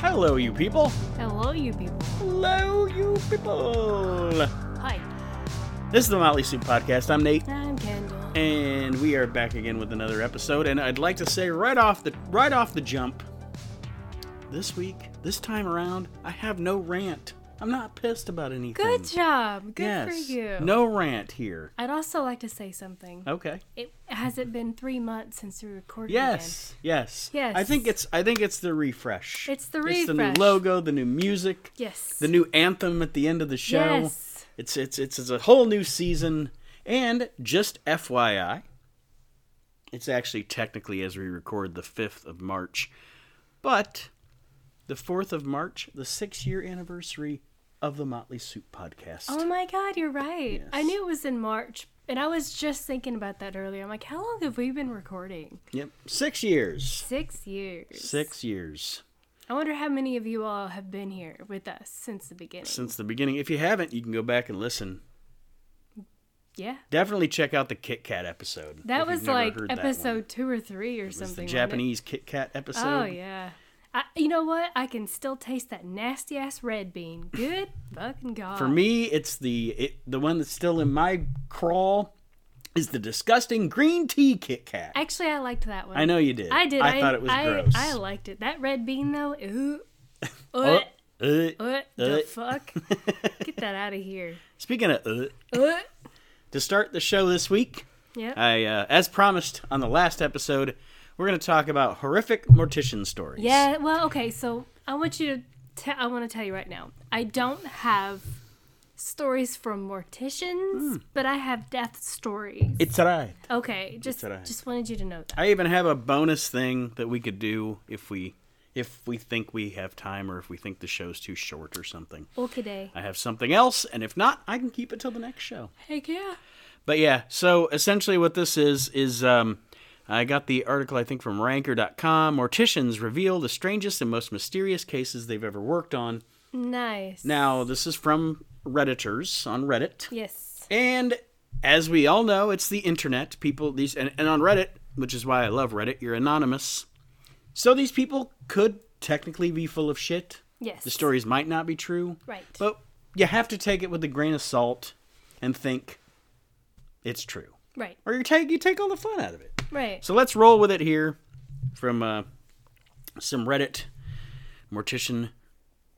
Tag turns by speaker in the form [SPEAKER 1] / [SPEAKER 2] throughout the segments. [SPEAKER 1] Hello, you people.
[SPEAKER 2] Hello, you people.
[SPEAKER 1] Hello, you people.
[SPEAKER 2] Hi.
[SPEAKER 1] This is the Motley Soup Podcast. I'm Nate,
[SPEAKER 2] I'm Kendall.
[SPEAKER 1] and we are back again with another episode. And I'd like to say right off the right off the jump, this week, this time around, I have no rant. I'm not pissed about anything.
[SPEAKER 2] Good job. Good
[SPEAKER 1] yes.
[SPEAKER 2] for you.
[SPEAKER 1] No Uh, rant here.
[SPEAKER 2] I'd also like to say something.
[SPEAKER 1] Okay.
[SPEAKER 2] It has it been three months since we recorded
[SPEAKER 1] Yes. Yes.
[SPEAKER 2] Yes.
[SPEAKER 1] I think it's I think it's the refresh.
[SPEAKER 2] It's the
[SPEAKER 1] It's the new
[SPEAKER 2] refresh.
[SPEAKER 1] logo, the new music,
[SPEAKER 2] again? Yes.
[SPEAKER 1] the new anthem at the end of the show.
[SPEAKER 2] Yes.
[SPEAKER 1] It's it's it's, it's a whole new season. And just FYI, it's actually technically as we record the 5th of March, but the 4th of March, the 6 year anniversary of the Motley Soup podcast.
[SPEAKER 2] Oh my god, you're right. I
[SPEAKER 1] Yes.
[SPEAKER 2] knew it was in March, and I was just thinking about that earlier. I'm like, how long have we been recording?
[SPEAKER 1] Yep. 6 years.
[SPEAKER 2] Six years.
[SPEAKER 1] 6 years
[SPEAKER 2] I wonder how many of you all have been here with us since the beginning.
[SPEAKER 1] since the beginning. If you haven't, you can go back and listen.
[SPEAKER 2] yeah.
[SPEAKER 1] Definitely check out the Kit Kat episode. if
[SPEAKER 2] That
[SPEAKER 1] you've
[SPEAKER 2] was
[SPEAKER 1] never
[SPEAKER 2] like
[SPEAKER 1] heard that one.
[SPEAKER 2] episode two or three or
[SPEAKER 1] It was
[SPEAKER 2] something.
[SPEAKER 1] the
[SPEAKER 2] wasn't it?
[SPEAKER 1] Japanese Kit Kat episode.
[SPEAKER 2] Oh yeah. I, you know what? I can still taste that nasty ass red bean. Good fucking god.
[SPEAKER 1] For me, it's the it, the one that's still in my crawl is the disgusting green tea Kit Kat. I,
[SPEAKER 2] actually, I liked that one.
[SPEAKER 1] know you did.
[SPEAKER 2] I did.
[SPEAKER 1] I, thought it was
[SPEAKER 2] I,
[SPEAKER 1] gross.
[SPEAKER 2] I liked it. That red bean though. Ooh.
[SPEAKER 1] Uh,
[SPEAKER 2] What?
[SPEAKER 1] uh.
[SPEAKER 2] What the
[SPEAKER 1] uh.
[SPEAKER 2] fuck? Get that out of here.
[SPEAKER 1] Speaking of, uh,
[SPEAKER 2] What?
[SPEAKER 1] to start the show this week,
[SPEAKER 2] Yep.
[SPEAKER 1] I uh, as promised on the last episode, we're going to talk about horrific mortician stories.
[SPEAKER 2] yeah. Well, okay. So I want you to. Te- I want to tell you right now. I don't have stories from
[SPEAKER 1] Hmm.
[SPEAKER 2] morticians, but I have death stories.
[SPEAKER 1] it's right.
[SPEAKER 2] Okay. Just
[SPEAKER 1] alright.
[SPEAKER 2] just wanted you to know that.
[SPEAKER 1] I even have a bonus thing that we could do if we if we think we have time or if we think the show's too short or something.
[SPEAKER 2] Okay. Day.
[SPEAKER 1] I have something else, and if not, I can keep it till the next show.
[SPEAKER 2] Heck yeah.
[SPEAKER 1] But yeah, so essentially what this is is um, I got the article I think from ranker.com. Morticians reveal the strangest and most mysterious cases they've ever worked on.
[SPEAKER 2] Nice.
[SPEAKER 1] Now, this is from redditors on Reddit.
[SPEAKER 2] Yes.
[SPEAKER 1] And as we all know, it's the internet. People these and, and on Reddit, which is why I love Reddit, you're anonymous. So these people could technically be full of shit.
[SPEAKER 2] Yes.
[SPEAKER 1] The stories might not be true.
[SPEAKER 2] Right.
[SPEAKER 1] But you have to take it with a grain of salt and think it's true
[SPEAKER 2] right.
[SPEAKER 1] or you take you take all the fun out of it.
[SPEAKER 2] Right.
[SPEAKER 1] So let's roll with it here from uh, some Reddit mortician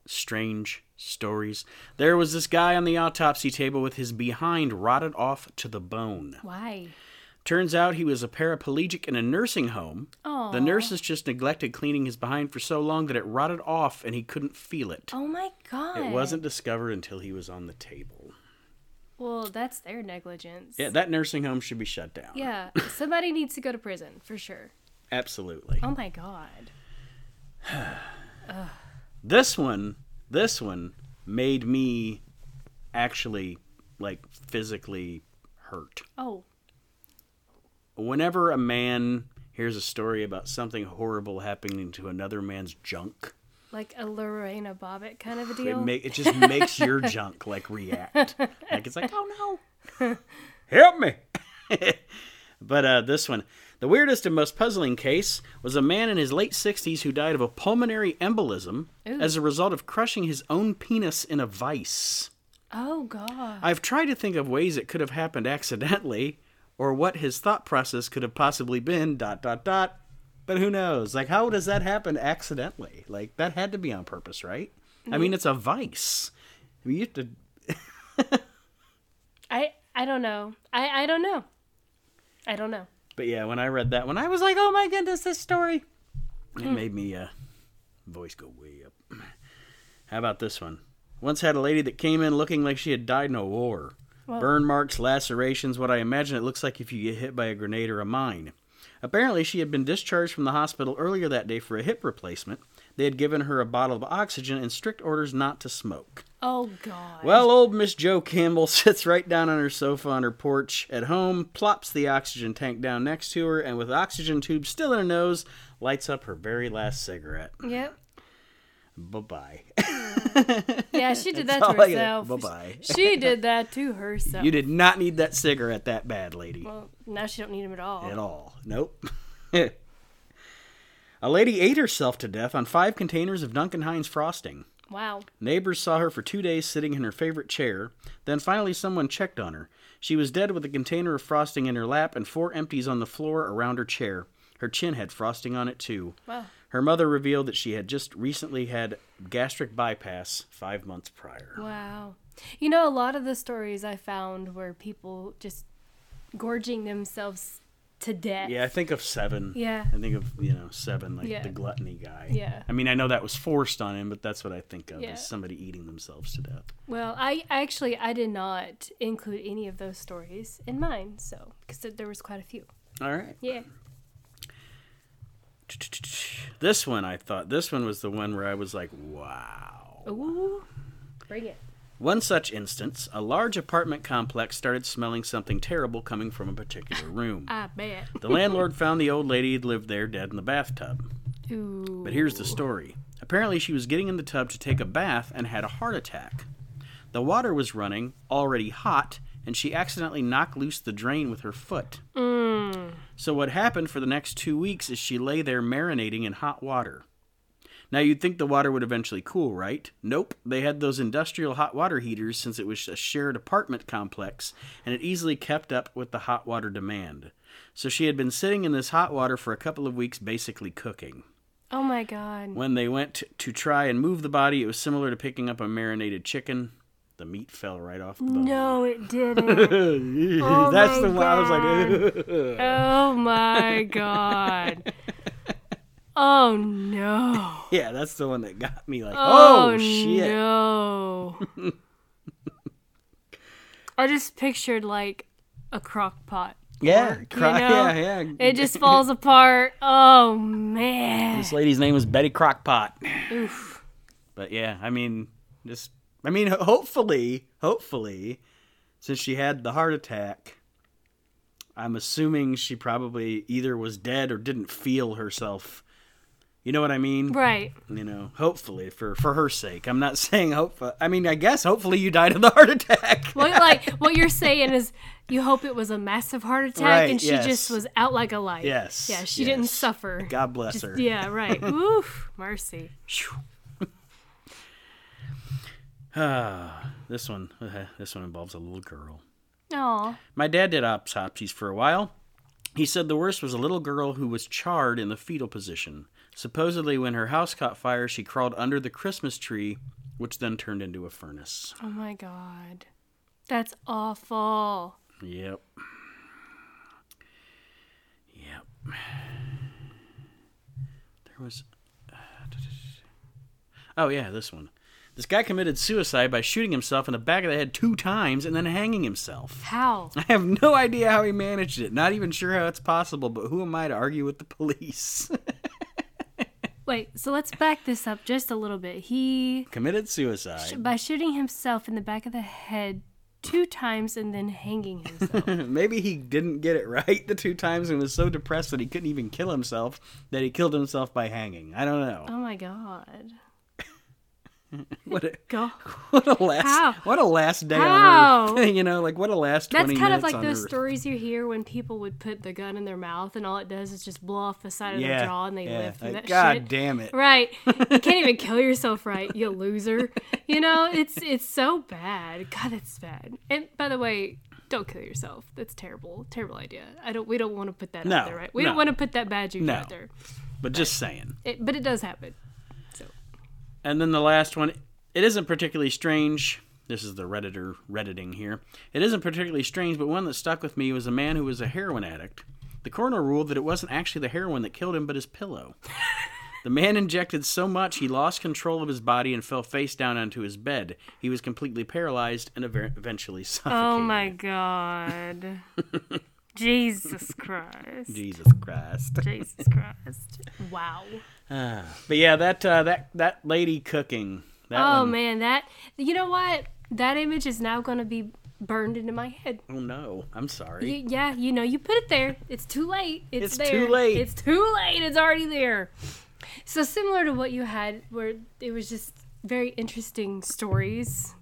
[SPEAKER 1] strange stories. There was this guy on the autopsy table with his behind rotted off to the bone.
[SPEAKER 2] Why?
[SPEAKER 1] Turns out he was a paraplegic in a nursing home.
[SPEAKER 2] Oh.
[SPEAKER 1] The nurses just neglected cleaning his behind for so long that it rotted off and he couldn't feel it.
[SPEAKER 2] Oh my god.
[SPEAKER 1] It wasn't discovered until he was on the table.
[SPEAKER 2] Well, that's their negligence.
[SPEAKER 1] Yeah, that nursing home should be shut down.
[SPEAKER 2] Yeah. Somebody needs to go to prison for sure.
[SPEAKER 1] Absolutely.
[SPEAKER 2] Oh my god.
[SPEAKER 1] this one this one made me actually like physically hurt
[SPEAKER 2] Oh.
[SPEAKER 1] whenever a man hears a story about something horrible happening to another man's junk
[SPEAKER 2] Like a Lorena Bobbitt kind of a
[SPEAKER 1] it,
[SPEAKER 2] deal.
[SPEAKER 1] ma- it just makes your junk like react like it's like oh no help me but uh, this one the weirdest and most puzzling case was a man in his late 60s who died of a pulmonary embolism
[SPEAKER 2] Ooh.
[SPEAKER 1] as a result of crushing his own penis in a vice
[SPEAKER 2] oh god.
[SPEAKER 1] I've tried to think of ways it could have happened accidentally, or what his thought process could have possibly been. Dot dot dot. But who knows? Like, how does that happen accidentally? Like, that had to be on purpose, right? I mean, it's a vice. I mean, you have to.
[SPEAKER 2] I I don't know. I I don't know. I don't know.
[SPEAKER 1] But yeah, when I read that one, I was like, oh my goodness, this story. It made me uh, voice go way up. How about this one? Once had a lady that came in looking like she had died in a war. Burn marks, lacerations, what I imagine it looks like if you get hit by a grenade or a mine. Apparently, she had been discharged from the hospital earlier that day for a hip replacement. They had given her a bottle of oxygen and strict orders not to smoke.
[SPEAKER 2] Oh god.
[SPEAKER 1] Well, old Miss Joe Campbell sits right down on her sofa on her porch at home, plops the oxygen tank down next to her, and with oxygen tube still in her nose, lights up her very last cigarette.
[SPEAKER 2] Yep.
[SPEAKER 1] Bye bye.
[SPEAKER 2] Yeah, she did that
[SPEAKER 1] all
[SPEAKER 2] to
[SPEAKER 1] I got.
[SPEAKER 2] herself.
[SPEAKER 1] Bye-bye.
[SPEAKER 2] She did that to herself.
[SPEAKER 1] you did not need that cigarette that bad, lady.
[SPEAKER 2] well, now she don't need him at all.
[SPEAKER 1] At all. Nope. A lady ate herself to death on five containers of Duncan Hines frosting.
[SPEAKER 2] Wow.
[SPEAKER 1] Neighbors saw her for two days sitting in her favorite chair. Then finally, someone checked on her. She was dead with a container of frosting in her lap and four empties on the floor around her chair. Her chin had frosting on it, too.
[SPEAKER 2] Wow.
[SPEAKER 1] Her mother revealed that she had just recently had gastric bypass five months prior.
[SPEAKER 2] Wow. You know, a lot of the stories I found were people just gorging themselves to death.
[SPEAKER 1] Yeah, I think of seven.
[SPEAKER 2] Yeah.
[SPEAKER 1] I think of, you know, seven, like
[SPEAKER 2] Yeah.
[SPEAKER 1] the gluttony guy.
[SPEAKER 2] Yeah.
[SPEAKER 1] I mean, I know that was forced on him, but that's what I think of
[SPEAKER 2] Yeah.
[SPEAKER 1] is somebody eating themselves to death.
[SPEAKER 2] Well, I actually I did not include any of those stories in mine, so because there was quite a few.
[SPEAKER 1] All right.
[SPEAKER 2] Yeah.
[SPEAKER 1] This one, I thought, this one was the one where I was like, wow.
[SPEAKER 2] Ooh. Bring it.
[SPEAKER 1] One such instance, a large apartment complex started smelling something terrible coming from a particular room.
[SPEAKER 2] I bet.
[SPEAKER 1] The landlord found the old lady had lived there dead in the bathtub.
[SPEAKER 2] Ooh.
[SPEAKER 1] But here's the story. Apparently, she was getting in the tub to take a bath and had a heart attack. The water was running, already hot, and she accidentally knocked loose the drain with her foot. So, what happened for the next two weeks is she lay there marinating in hot water. Now, you'd think the water would eventually cool, right? Nope. They had those industrial hot water heaters since it was a shared apartment complex, and it easily kept up with the hot water demand. So, she had been sitting in this hot water for a couple of weeks, basically cooking.
[SPEAKER 2] Oh my god.
[SPEAKER 1] When they went t- to try and move the body, it was similar to picking up a marinated chicken. The meat fell right off the bone.
[SPEAKER 2] No, it didn't. Oh
[SPEAKER 1] That's
[SPEAKER 2] my
[SPEAKER 1] the one I was like,
[SPEAKER 2] oh my god. Oh no.
[SPEAKER 1] yeah, that's the one that got me like,
[SPEAKER 2] Oh,
[SPEAKER 1] oh, shit.
[SPEAKER 2] No. I just pictured like a crock pot.
[SPEAKER 1] Yeah,
[SPEAKER 2] pork, you
[SPEAKER 1] cry,
[SPEAKER 2] know?
[SPEAKER 1] yeah, yeah.
[SPEAKER 2] It just falls apart. Oh man.
[SPEAKER 1] this lady's name was Betty Crockpot. But yeah, I mean, just, I mean, hopefully, hopefully, since she had the heart attack, I'm assuming she probably either was dead or didn't feel herself. You know what I mean?
[SPEAKER 2] Right.
[SPEAKER 1] you know hopefully for for her sake i'm not saying hope i mean i guess hopefully you died of the heart attack
[SPEAKER 2] What like what you're saying is you hope it was a massive heart attack
[SPEAKER 1] Right,
[SPEAKER 2] and she
[SPEAKER 1] yes.
[SPEAKER 2] just was out like a light.
[SPEAKER 1] Yes,
[SPEAKER 2] Yeah, she didn't
[SPEAKER 1] yes.
[SPEAKER 2] suffer.
[SPEAKER 1] god bless her
[SPEAKER 2] Yeah, right. Oof, mercy.
[SPEAKER 1] Ah, this one this one involves a little girl
[SPEAKER 2] Aw.
[SPEAKER 1] my dad did autopsies for a while he said the worst was a little girl who was charred in the fetal position supposedly when her house caught fire she crawled under the christmas tree which then turned into a furnace
[SPEAKER 2] Oh my god. That's awful.
[SPEAKER 1] yep yep There was. uh, Oh, yeah, this one. This guy committed suicide by shooting himself in the back of the head two times and then hanging himself.
[SPEAKER 2] How?
[SPEAKER 1] I have no idea how he managed it. Not even sure how it's possible, but who am I to argue with the police?
[SPEAKER 2] Wait, so let's back this up just a little bit. He
[SPEAKER 1] committed suicide.
[SPEAKER 2] by shooting himself in the back of the head two times and then hanging himself.
[SPEAKER 1] Maybe he didn't get it right the two times and was so depressed that he couldn't even kill himself that he killed himself by hanging. I don't know.
[SPEAKER 2] oh my god.
[SPEAKER 1] What a,
[SPEAKER 2] Go.
[SPEAKER 1] what a last
[SPEAKER 2] How?
[SPEAKER 1] what a last day
[SPEAKER 2] How?
[SPEAKER 1] on earth. you know, like what a last
[SPEAKER 2] That's
[SPEAKER 1] 20
[SPEAKER 2] kind
[SPEAKER 1] minutes
[SPEAKER 2] of like
[SPEAKER 1] on
[SPEAKER 2] those
[SPEAKER 1] earth.
[SPEAKER 2] stories you hear when people would put the gun in their mouth and all it does is just blow off the side of their jaw and they
[SPEAKER 1] yeah.
[SPEAKER 2] live through
[SPEAKER 1] Like,
[SPEAKER 2] that
[SPEAKER 1] God
[SPEAKER 2] shit.
[SPEAKER 1] damn it.
[SPEAKER 2] Right. You can't even kill yourself right, you loser. You know, it's it's so bad. God, that's bad. And by the way, don't kill yourself. That's terrible. Terrible idea. I don't we don't want to put that
[SPEAKER 1] No,
[SPEAKER 2] out there, right? We
[SPEAKER 1] no.
[SPEAKER 2] don't want to put that bad juju
[SPEAKER 1] No.
[SPEAKER 2] out there.
[SPEAKER 1] But just saying.
[SPEAKER 2] It, but it does happen. So
[SPEAKER 1] And then the last one, it isn't particularly strange. This is the redditor redditing here. It isn't particularly strange, but one that stuck with me was a man who was a heroin addict. The coroner ruled that it wasn't actually the heroin that killed him, but his pillow. the man injected so much he lost control of his body and fell face down onto his bed. He was completely paralyzed and ev- eventually suffocated.
[SPEAKER 2] Oh my god. Jesus Christ.
[SPEAKER 1] Jesus Christ.
[SPEAKER 2] Jesus Christ. Wow.
[SPEAKER 1] Ah, But yeah, that uh, that that lady cooking. That
[SPEAKER 2] Oh
[SPEAKER 1] one-
[SPEAKER 2] man, that you know what? That image is now going to be burned into my head.
[SPEAKER 1] Oh no, I'm sorry.
[SPEAKER 2] Y- yeah, you know, you put it there. It's too late. It's,
[SPEAKER 1] It's
[SPEAKER 2] there.
[SPEAKER 1] too late.
[SPEAKER 2] It's too late. It's already there. So similar to what you had where it was just very interesting stories.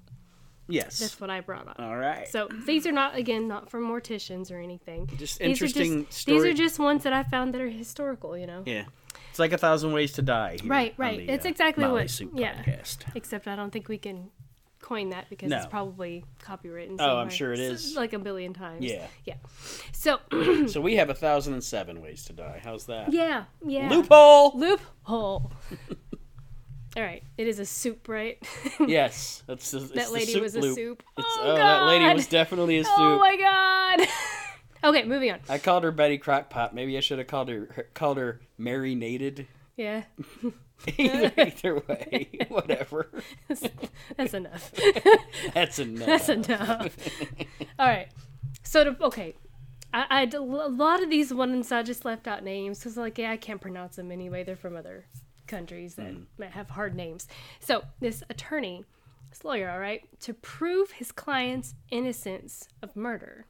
[SPEAKER 1] yes.
[SPEAKER 2] That's what I brought up.
[SPEAKER 1] All right.
[SPEAKER 2] So these are not again not from morticians or anything.
[SPEAKER 1] Just
[SPEAKER 2] These are
[SPEAKER 1] interesting
[SPEAKER 2] just- These
[SPEAKER 1] story-
[SPEAKER 2] are just ones that I found that are historical. You know.
[SPEAKER 1] yeah. It's like a thousand ways to die. here
[SPEAKER 2] Right,
[SPEAKER 1] on
[SPEAKER 2] right.
[SPEAKER 1] the,
[SPEAKER 2] It's
[SPEAKER 1] uh,
[SPEAKER 2] exactly
[SPEAKER 1] Motley
[SPEAKER 2] what-
[SPEAKER 1] Soup
[SPEAKER 2] yeah.
[SPEAKER 1] podcast.
[SPEAKER 2] Except I don't think we can coin that because it's
[SPEAKER 1] No.
[SPEAKER 2] probably copywritten.
[SPEAKER 1] Oh, I'm
[SPEAKER 2] somewhere.
[SPEAKER 1] sure it
[SPEAKER 2] S-
[SPEAKER 1] is.
[SPEAKER 2] Like a billion times.
[SPEAKER 1] Yeah.
[SPEAKER 2] Yeah. So,
[SPEAKER 1] So we have a thousand and seven ways to die. How's that?
[SPEAKER 2] yeah, yeah.
[SPEAKER 1] Loophole.
[SPEAKER 2] Loophole. All right. It is a soup, right?
[SPEAKER 1] yes, that's the, it's
[SPEAKER 2] that
[SPEAKER 1] the
[SPEAKER 2] lady
[SPEAKER 1] soup
[SPEAKER 2] was a
[SPEAKER 1] loop.
[SPEAKER 2] soup.
[SPEAKER 1] It's,
[SPEAKER 2] oh,
[SPEAKER 1] oh,
[SPEAKER 2] God.
[SPEAKER 1] that lady was definitely a soup.
[SPEAKER 2] Oh, my God. okay, moving on.
[SPEAKER 1] I called her Betty Crockpot. Maybe I should have called her, her called her marinated.
[SPEAKER 2] Yeah.
[SPEAKER 1] either, either way, whatever.
[SPEAKER 2] That's enough.
[SPEAKER 1] That's enough.
[SPEAKER 2] That's enough. All right. So to okay, I, I d- a lot of these ones I just left out names because like yeah I can't pronounce them anyway. They're from other countries that that have hard names. So this attorney, this lawyer, all right, to prove his client's innocence of murder.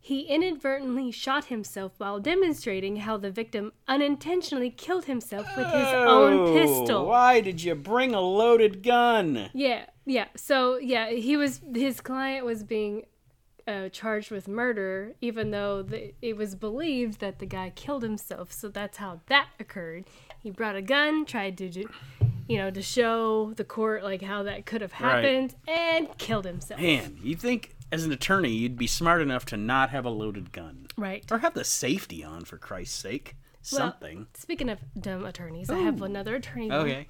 [SPEAKER 2] He inadvertently shot himself while demonstrating how the victim unintentionally killed himself with his own pistol.
[SPEAKER 1] Oh, Why did you bring a loaded gun?
[SPEAKER 2] Yeah, yeah. So yeah, he was his client was being uh, charged with murder, even though the, it was believed that the guy killed himself. So that's how that occurred. He brought a gun, tried to, do, you know, to show the court like how that could have
[SPEAKER 1] Right.
[SPEAKER 2] happened, and killed himself.
[SPEAKER 1] Man, you think as an attorney you'd be smart enough to not have a loaded gun
[SPEAKER 2] Right.
[SPEAKER 1] or have the safety on for Christ's sake?
[SPEAKER 2] Well,
[SPEAKER 1] Something.
[SPEAKER 2] speaking of dumb attorneys, I have another attorney. one.
[SPEAKER 1] okay.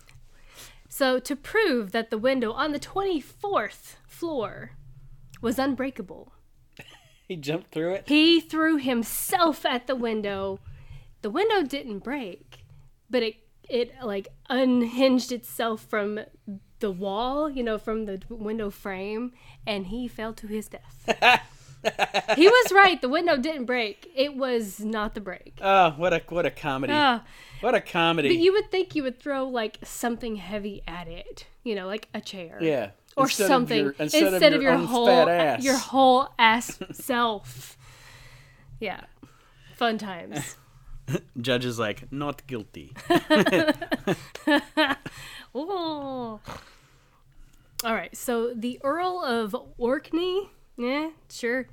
[SPEAKER 2] So, to prove that the window on the 24th floor was unbreakable,
[SPEAKER 1] He jumped through it.
[SPEAKER 2] He threw himself at the window. The window didn't break, but it it like unhinged itself from the wall, you know, from the window frame, and he fell to his death. he was right. The window didn't break. It was not the break.
[SPEAKER 1] Oh, what a what a comedy!
[SPEAKER 2] Ah,
[SPEAKER 1] what a comedy!
[SPEAKER 2] but you would think you would throw like something heavy at it, you know, like a chair.
[SPEAKER 1] yeah.
[SPEAKER 2] Or
[SPEAKER 1] Instead of
[SPEAKER 2] something
[SPEAKER 1] your-
[SPEAKER 2] instead, of, your,
[SPEAKER 1] own
[SPEAKER 2] whole e,
[SPEAKER 1] fat ass.
[SPEAKER 2] your whole ass self. Yeah, fun times.
[SPEAKER 1] Judge is like, not guilty.
[SPEAKER 2] Ooh. All right, so the Earl of Orkney, yeah, sure,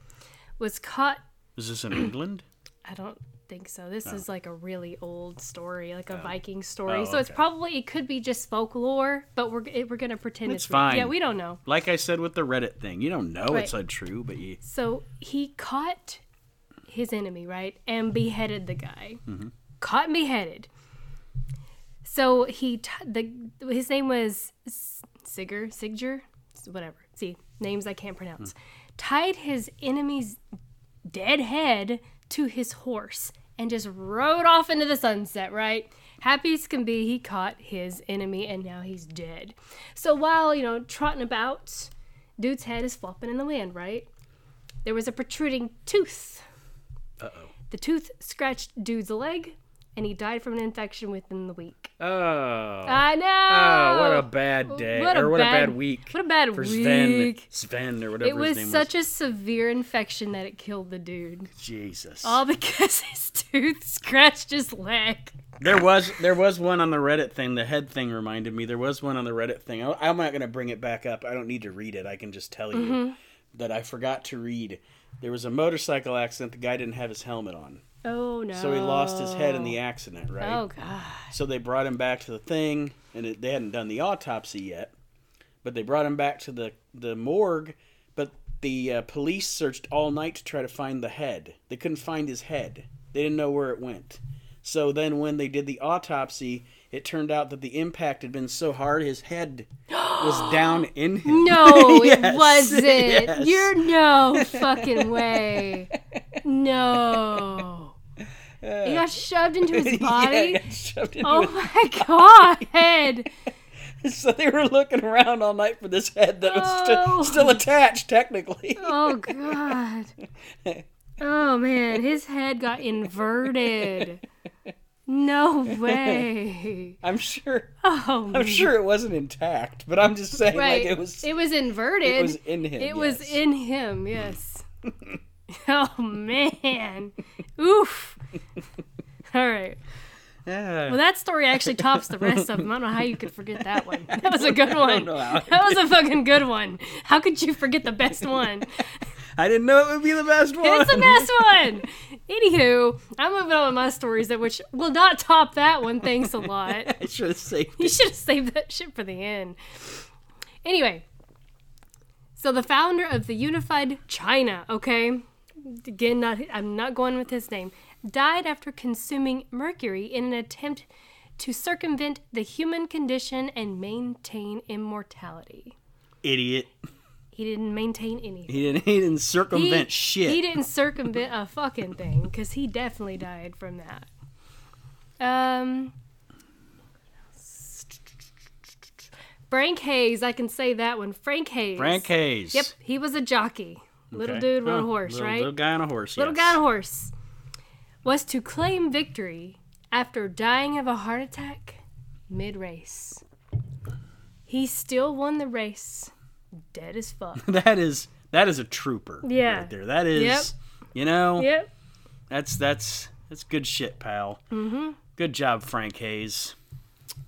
[SPEAKER 2] was caught.
[SPEAKER 1] Is this in England?
[SPEAKER 2] I don't think so. This is like a really old story, like a Viking story.
[SPEAKER 1] Oh,
[SPEAKER 2] so it's
[SPEAKER 1] okay.
[SPEAKER 2] probably it could be just folklore, but we're it, we're gonna pretend
[SPEAKER 1] It's
[SPEAKER 2] it's real. Yeah,
[SPEAKER 1] fine.
[SPEAKER 2] we don't know.
[SPEAKER 1] Like I said with the Reddit thing, you don't know it's
[SPEAKER 2] Right.
[SPEAKER 1] untrue, but you
[SPEAKER 2] So he caught his enemy, right? And beheaded the guy. Caught and beheaded. So he t- the his name was S- Sigger, Sigger, whatever. See, names I can't pronounce. Tied his enemy's dead head to his horse and just rode off into the sunset, right? Happy as can be, he caught his enemy and now he's dead. So while, you know, trotting about, dude's head is flopping in the wind, right? There was a protruding tooth.
[SPEAKER 1] Uh-oh.
[SPEAKER 2] The tooth scratched dude's leg and he died from an infection within the week.
[SPEAKER 1] Oh.
[SPEAKER 2] I
[SPEAKER 1] Oh,
[SPEAKER 2] know.
[SPEAKER 1] what a bad day.
[SPEAKER 2] Ah. What a
[SPEAKER 1] or what a
[SPEAKER 2] bad-
[SPEAKER 1] bad week.
[SPEAKER 2] what a bad
[SPEAKER 1] for Sven.
[SPEAKER 2] week.
[SPEAKER 1] Sven or whatever
[SPEAKER 2] It was
[SPEAKER 1] his name
[SPEAKER 2] such a severe infection that it killed the dude.
[SPEAKER 1] was. Jesus.
[SPEAKER 2] All because his tooth scratched his leg.
[SPEAKER 1] There was there was one on the Reddit thing. The head thing reminded me. There was one on the Reddit thing. I, I'm not gonna bring it back up. I don't need to read it. I can just tell you
[SPEAKER 2] Mm-hmm.
[SPEAKER 1] that I forgot to read. There was a motorcycle accident. The guy didn't have his helmet on,
[SPEAKER 2] Oh no.
[SPEAKER 1] so he lost his head in the accident. Right.
[SPEAKER 2] Oh god.
[SPEAKER 1] So they brought him back to the thing, and it, they hadn't done the autopsy yet, but they brought him back to the the morgue. But the uh, police searched all night to try to find the head. They couldn't find his head. They didn't know where it went. So then, when they did the autopsy, it turned out that the impact had been so hard his head was down in him.
[SPEAKER 2] No,
[SPEAKER 1] Yes,
[SPEAKER 2] it wasn't.
[SPEAKER 1] yes.
[SPEAKER 2] You're no fucking way. No. He got shoved into his body.
[SPEAKER 1] Yeah, got shoved into
[SPEAKER 2] Oh my god! Head.
[SPEAKER 1] it. So they were looking around all night for this head that was still,
[SPEAKER 2] Oh.
[SPEAKER 1] still attached, technically.
[SPEAKER 2] Oh god. Oh man, his head got inverted. No way.
[SPEAKER 1] I'm sure
[SPEAKER 2] Oh,
[SPEAKER 1] I'm sure it wasn't intact, but I'm just saying
[SPEAKER 2] right.
[SPEAKER 1] like it was it,
[SPEAKER 2] It was inverted.
[SPEAKER 1] was in him.
[SPEAKER 2] It was
[SPEAKER 1] yes.
[SPEAKER 2] in him, yes. oh man. Oof. All right.
[SPEAKER 1] Yeah.
[SPEAKER 2] Well, that story actually tops the rest of them. I don't know how you could forget that one. That was a good one.
[SPEAKER 1] know how I
[SPEAKER 2] That was a fucking good one. How could you forget the best one?
[SPEAKER 1] I didn't know it would be the best one.
[SPEAKER 2] It's the best one. Anywho, I'm moving on with my stories that which will not top that one. Thanks a lot.
[SPEAKER 1] I should have saved
[SPEAKER 2] You should have saved that shit for the end. Anyway, so the founder of the Unified China, okay, again, not I'm not going with his name, died after consuming mercury in an attempt to circumvent the human condition and maintain immortality.
[SPEAKER 1] idiot.
[SPEAKER 2] He didn't maintain anything.
[SPEAKER 1] He didn't. He didn't circumvent shit.
[SPEAKER 2] He didn't circumvent a fucking thing because he definitely died from that. Um, Frank Hayes, I can say that one. Frank Hayes.
[SPEAKER 1] Frank Hayes.
[SPEAKER 2] Yep, he was a jockey. Little
[SPEAKER 1] Okay.
[SPEAKER 2] dude rode a
[SPEAKER 1] Huh.
[SPEAKER 2] horse,
[SPEAKER 1] little,
[SPEAKER 2] right?
[SPEAKER 1] Little guy on a horse.
[SPEAKER 2] Little
[SPEAKER 1] yes.
[SPEAKER 2] guy on a horse was to claim victory after dying of a heart attack mid race. He still won the race, dead as fuck.
[SPEAKER 1] That is that is a trooper.
[SPEAKER 2] Yeah.
[SPEAKER 1] Right there. That is. You know.
[SPEAKER 2] yep.
[SPEAKER 1] That's that's that's good shit, pal. Mm-hmm. Good job, Frank Hayes.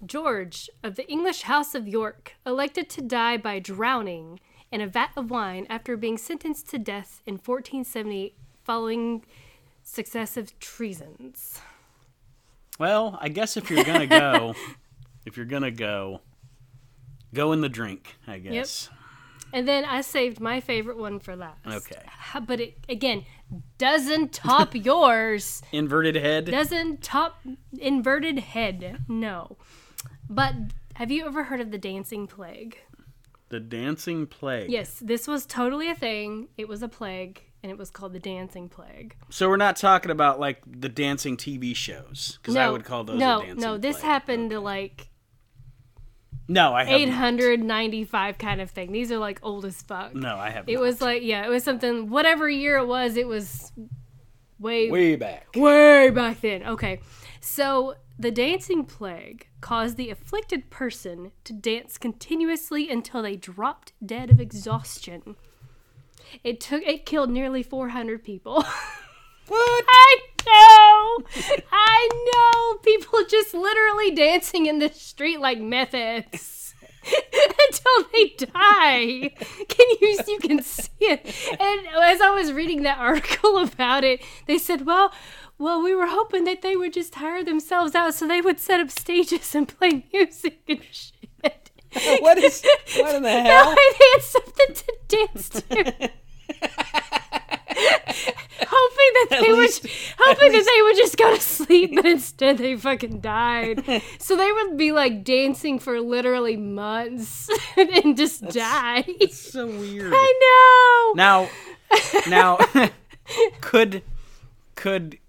[SPEAKER 2] George of the English House of York, elected to die by drowning in a vat of wine after being sentenced to death in 1478 following successive treasons.
[SPEAKER 1] Well, I guess if you're gonna go, if you're gonna go, go in the drink. I guess.
[SPEAKER 2] And then I saved my favorite one for last.
[SPEAKER 1] Okay.
[SPEAKER 2] H- But it, again, doesn't top yours.
[SPEAKER 1] Inverted head.
[SPEAKER 2] Doesn't top inverted head. No. But have you ever heard of the dancing plague?
[SPEAKER 1] The dancing plague.
[SPEAKER 2] Yes, this was totally a thing. It was a plague, and it was called the dancing plague.
[SPEAKER 1] So we're not talking about like the dancing TV shows because I would call those
[SPEAKER 2] no
[SPEAKER 1] a dancing
[SPEAKER 2] no this
[SPEAKER 1] plague.
[SPEAKER 2] happened to like
[SPEAKER 1] No, I have not.
[SPEAKER 2] 895 kind of thing these are like old as fuck
[SPEAKER 1] No, I have.
[SPEAKER 2] it
[SPEAKER 1] not.
[SPEAKER 2] was like yeah it was something whatever year it was it was way way,
[SPEAKER 1] way back.
[SPEAKER 2] back then okay so the dancing plague caused the afflicted person to dance continuously until they dropped dead of exhaustion it took it killed nearly 400 people
[SPEAKER 1] What?
[SPEAKER 2] I know. I know. People just literally dancing in the street like methods. Until they die, can you you can see it? And as I was reading that article about it, they said, "Well, well, we were hoping that they would just hire themselves out, so they would set up stages and play music and shit."
[SPEAKER 1] What is? What in the
[SPEAKER 2] That
[SPEAKER 1] hell?
[SPEAKER 2] way they had something to dance to. hoping that they
[SPEAKER 1] least-
[SPEAKER 2] would, hoping that they would just go to sleep, but instead they fucking died. so they would be like dancing for literally months and just die.
[SPEAKER 1] so weird.
[SPEAKER 2] I know.
[SPEAKER 1] Now, now, could could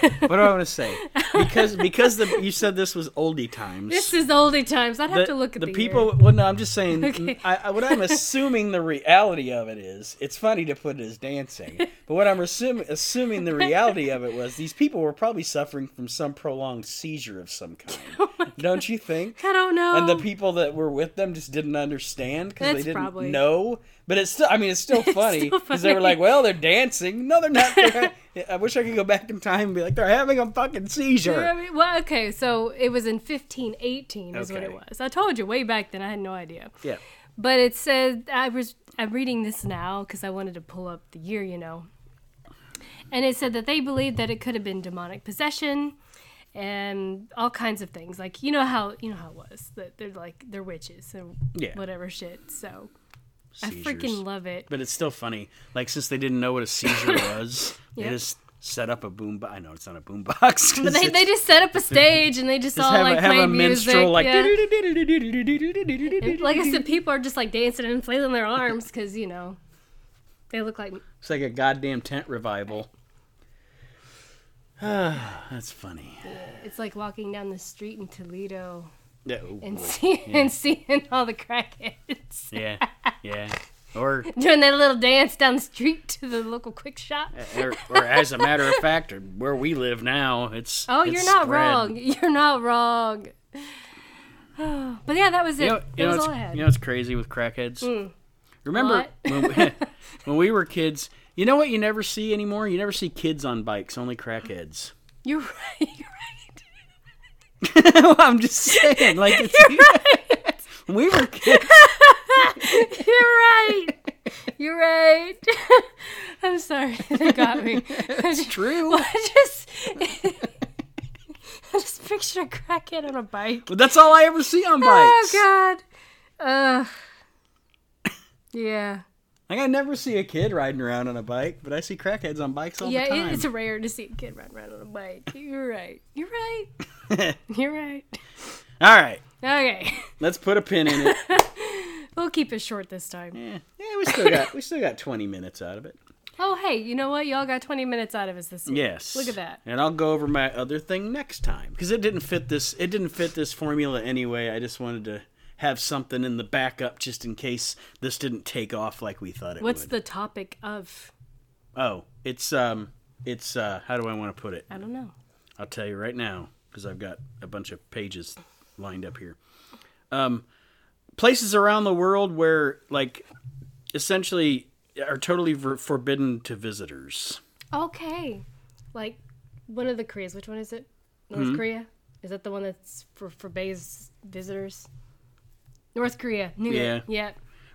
[SPEAKER 1] what do I want to say? Because because the you said this was oldie times.
[SPEAKER 2] This is oldie times. I'd have
[SPEAKER 1] the,
[SPEAKER 2] to look at
[SPEAKER 1] the
[SPEAKER 2] the,
[SPEAKER 1] people.
[SPEAKER 2] year.
[SPEAKER 1] Well, no, I'm just saying.
[SPEAKER 2] Okay.
[SPEAKER 1] I, I, what I'm assuming the reality of it is, it's funny to put it as dancing, but what I'm assuming assuming the reality of it was these people were probably suffering from some prolonged seizure of some kind.
[SPEAKER 2] Oh
[SPEAKER 1] don't you think?
[SPEAKER 2] I don't know.
[SPEAKER 1] and the people that were with them just didn't understand because they
[SPEAKER 2] Um, That's
[SPEAKER 1] didn't
[SPEAKER 2] probably-
[SPEAKER 1] know. But it's still, I mean, it's still funny
[SPEAKER 2] still
[SPEAKER 1] because they were
[SPEAKER 2] funny.
[SPEAKER 1] like, "Well, they're dancing." No, they're not. They're- I wish I could go back in time and be like, "They're having a fucking
[SPEAKER 2] I
[SPEAKER 1] seizure."
[SPEAKER 2] mean, well, okay, so it was in 1518 is what it
[SPEAKER 1] Okay.
[SPEAKER 2] was. I told you way back then. I had no idea.
[SPEAKER 1] Yeah,
[SPEAKER 2] But it says I was I'm reading this now because I wanted to pull up the year, you know. And it said that they believed that it could have been demonic possession and all kinds of things. Like you know how you know how it was that they're like they're witches and
[SPEAKER 1] Yeah.
[SPEAKER 2] whatever shit. So
[SPEAKER 1] seizures.
[SPEAKER 2] I freaking love it.
[SPEAKER 1] But it's still funny. Like since they didn't know what a seizure was,
[SPEAKER 2] Yeah.
[SPEAKER 1] they just set up a boom. Bo- I know it's not a boom box.
[SPEAKER 2] But they, they just set up a stage and they just, all
[SPEAKER 1] have,
[SPEAKER 2] like
[SPEAKER 1] a, have
[SPEAKER 2] play
[SPEAKER 1] a
[SPEAKER 2] music.
[SPEAKER 1] minstrel like.
[SPEAKER 2] yeah. And like I said, people are just like dancing and flailing their arms because you know they look like
[SPEAKER 1] It's like a goddamn tent revival. That's funny.
[SPEAKER 2] it's like walking down the street in Toledo.
[SPEAKER 1] Yeah,
[SPEAKER 2] and seeing and seeing all the crackheads
[SPEAKER 1] Yeah, yeah. Or,
[SPEAKER 2] doing that little dance down the street to the local quick shop.
[SPEAKER 1] or, or as a matter of fact, or where we live now, it's
[SPEAKER 2] Oh,
[SPEAKER 1] it's
[SPEAKER 2] you're not
[SPEAKER 1] spread.
[SPEAKER 2] wrong. You're not wrong. but yeah, that was it.
[SPEAKER 1] You know, you
[SPEAKER 2] that
[SPEAKER 1] know,
[SPEAKER 2] was
[SPEAKER 1] it's,
[SPEAKER 2] all I had.
[SPEAKER 1] you know, it's crazy with crackheads. Remember
[SPEAKER 2] What?
[SPEAKER 1] when we, when we were kids? You know what you never see anymore? You never see kids on bikes, only crackheads.
[SPEAKER 2] You're right. You're right.
[SPEAKER 1] I'm just saying, like it's, when we were kids,
[SPEAKER 2] You're right. You're You're right. I'm sorry. They got me. It's
[SPEAKER 1] true.
[SPEAKER 2] I just, I just pictured a crackhead on a bike.
[SPEAKER 1] But that's all I ever see on bikes.
[SPEAKER 2] Oh God. Ugh. Yeah.
[SPEAKER 1] Like I never see a kid riding around on a bike, but I see crackheads on bikes all the
[SPEAKER 2] Yeah,
[SPEAKER 1] time.
[SPEAKER 2] it, it's rare to see a kid run around on a bike. You're right. You're right. You're right.
[SPEAKER 1] all right,
[SPEAKER 2] Okay.
[SPEAKER 1] let's put a pin in it.
[SPEAKER 2] We'll keep it short this time.
[SPEAKER 1] yeah, yeah, we still got we still got twenty minutes out of it.
[SPEAKER 2] Oh, hey, you know what? Y'all got 20 minutes out of us this week.
[SPEAKER 1] Yes.
[SPEAKER 2] Look at that.
[SPEAKER 1] And I'll go over my other thing next time because it didn't fit this. It didn't fit this formula anyway. I just wanted to have something in the backup just in case this didn't take off like we thought it
[SPEAKER 2] What's
[SPEAKER 1] would.
[SPEAKER 2] the topic of?
[SPEAKER 1] Oh, it's um, it's uh, how do I want to put it?
[SPEAKER 2] I don't know.
[SPEAKER 1] I'll tell you right now because I've got a bunch of pages lined up here. Um, places around the world where like essentially are totally ver- forbidden to visitors.
[SPEAKER 2] Okay. Like one of the Koreas. Which one is it? North
[SPEAKER 1] Hmm?
[SPEAKER 2] Korea? Is that the one that's for forbids visitors? North Korea. Knew
[SPEAKER 1] Yeah.
[SPEAKER 2] It. Yeah.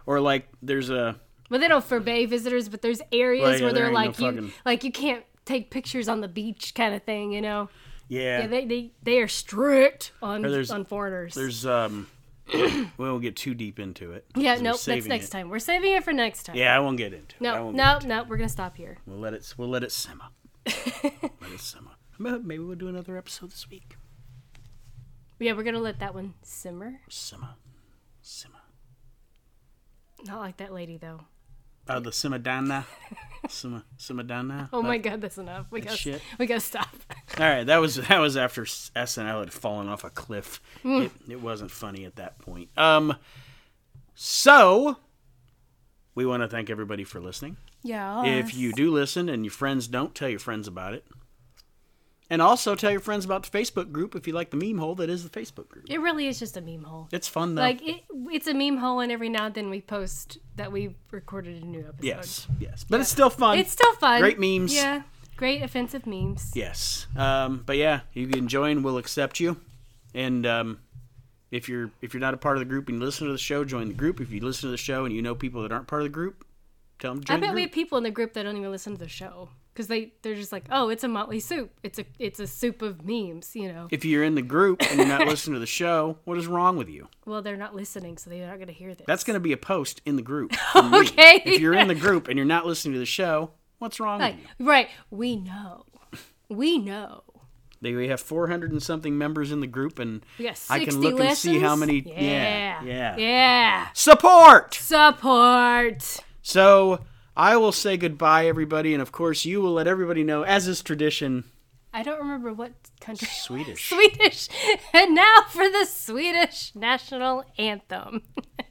[SPEAKER 1] Or like there's a
[SPEAKER 2] Well, they don't forbid visitors, but there's areas
[SPEAKER 1] Well, yeah, there
[SPEAKER 2] where they're
[SPEAKER 1] ain't
[SPEAKER 2] like
[SPEAKER 1] no
[SPEAKER 2] you,
[SPEAKER 1] fucking-
[SPEAKER 2] like you can't take pictures on the beach, kind of thing. You know?
[SPEAKER 1] yeah,
[SPEAKER 2] Yeah. They they, they are strict on
[SPEAKER 1] Or there's-
[SPEAKER 2] on foreigners.
[SPEAKER 1] there's um we won't get too deep into it.
[SPEAKER 2] Yeah.
[SPEAKER 1] 'cause we're
[SPEAKER 2] Nope. That's
[SPEAKER 1] saving
[SPEAKER 2] next
[SPEAKER 1] it.
[SPEAKER 2] time. We're saving it for next time.
[SPEAKER 1] Yeah, I won't get into it. I
[SPEAKER 2] No.
[SPEAKER 1] won't
[SPEAKER 2] No. No. We're gonna stop here.
[SPEAKER 1] We'll let it. We'll let it simmer. let it simmer. Maybe we'll do another episode this week.
[SPEAKER 2] Yeah. We're gonna let that one simmer.
[SPEAKER 1] Simmer, simmer.
[SPEAKER 2] Not like that lady though.
[SPEAKER 1] Oh, the simadana, simmer, simadana.
[SPEAKER 2] Oh my god, that's enough. We got
[SPEAKER 1] shit.
[SPEAKER 2] to we got to stop.
[SPEAKER 1] All right, that was that was after S- SNL had fallen off a cliff.
[SPEAKER 2] Hmm.
[SPEAKER 1] It, it wasn't funny at that point. Um, so we want to thank everybody for listening.
[SPEAKER 2] Yeah.
[SPEAKER 1] If you do listen and your friends don't, tell your friends about it. And also tell your friends about the Facebook group if you like the meme hole that is the Facebook group.
[SPEAKER 2] It really is just a meme hole.
[SPEAKER 1] It's fun though.
[SPEAKER 2] Like it, it's a meme hole, and every now and then we post that we recorded a new episode.
[SPEAKER 1] yes, yes. But it's still fun.
[SPEAKER 2] It's still fun.
[SPEAKER 1] Um, Great memes.
[SPEAKER 2] Yeah. Great offensive memes.
[SPEAKER 1] yes. Um, but yeah, you can join, we'll accept you. And um, if you're if you're not a part of the group and you listen to the show, join the group. If you listen to the show and you know people that aren't part of the group, tell them to join
[SPEAKER 2] I bet
[SPEAKER 1] the
[SPEAKER 2] we
[SPEAKER 1] group.
[SPEAKER 2] have people in the group that don't even listen to the show because they they're just like, oh, it's a motley soup. It's a it's a soup of memes. You know.
[SPEAKER 1] if you're in the group and you're not listening to the show, what is wrong with you?
[SPEAKER 2] Well, they're not listening, so they're not gonna hear this.
[SPEAKER 1] That's going to be a post in the group.
[SPEAKER 2] okay.
[SPEAKER 1] if you're in the group and you're not listening to the show, what's wrong with you?
[SPEAKER 2] right. We know. We know.
[SPEAKER 1] They we have 400 and something members in the group, and
[SPEAKER 2] We got
[SPEAKER 1] I
[SPEAKER 2] 60
[SPEAKER 1] can look and see how
[SPEAKER 2] listens?
[SPEAKER 1] many.
[SPEAKER 2] Yeah.
[SPEAKER 1] yeah,
[SPEAKER 2] Yeah.
[SPEAKER 1] Support.
[SPEAKER 2] Support.
[SPEAKER 1] So I will say goodbye, everybody, and of course you will let everybody know, as is tradition,
[SPEAKER 2] I don't remember what country.
[SPEAKER 1] Swedish.
[SPEAKER 2] Swedish. And now for the Swedish national anthem.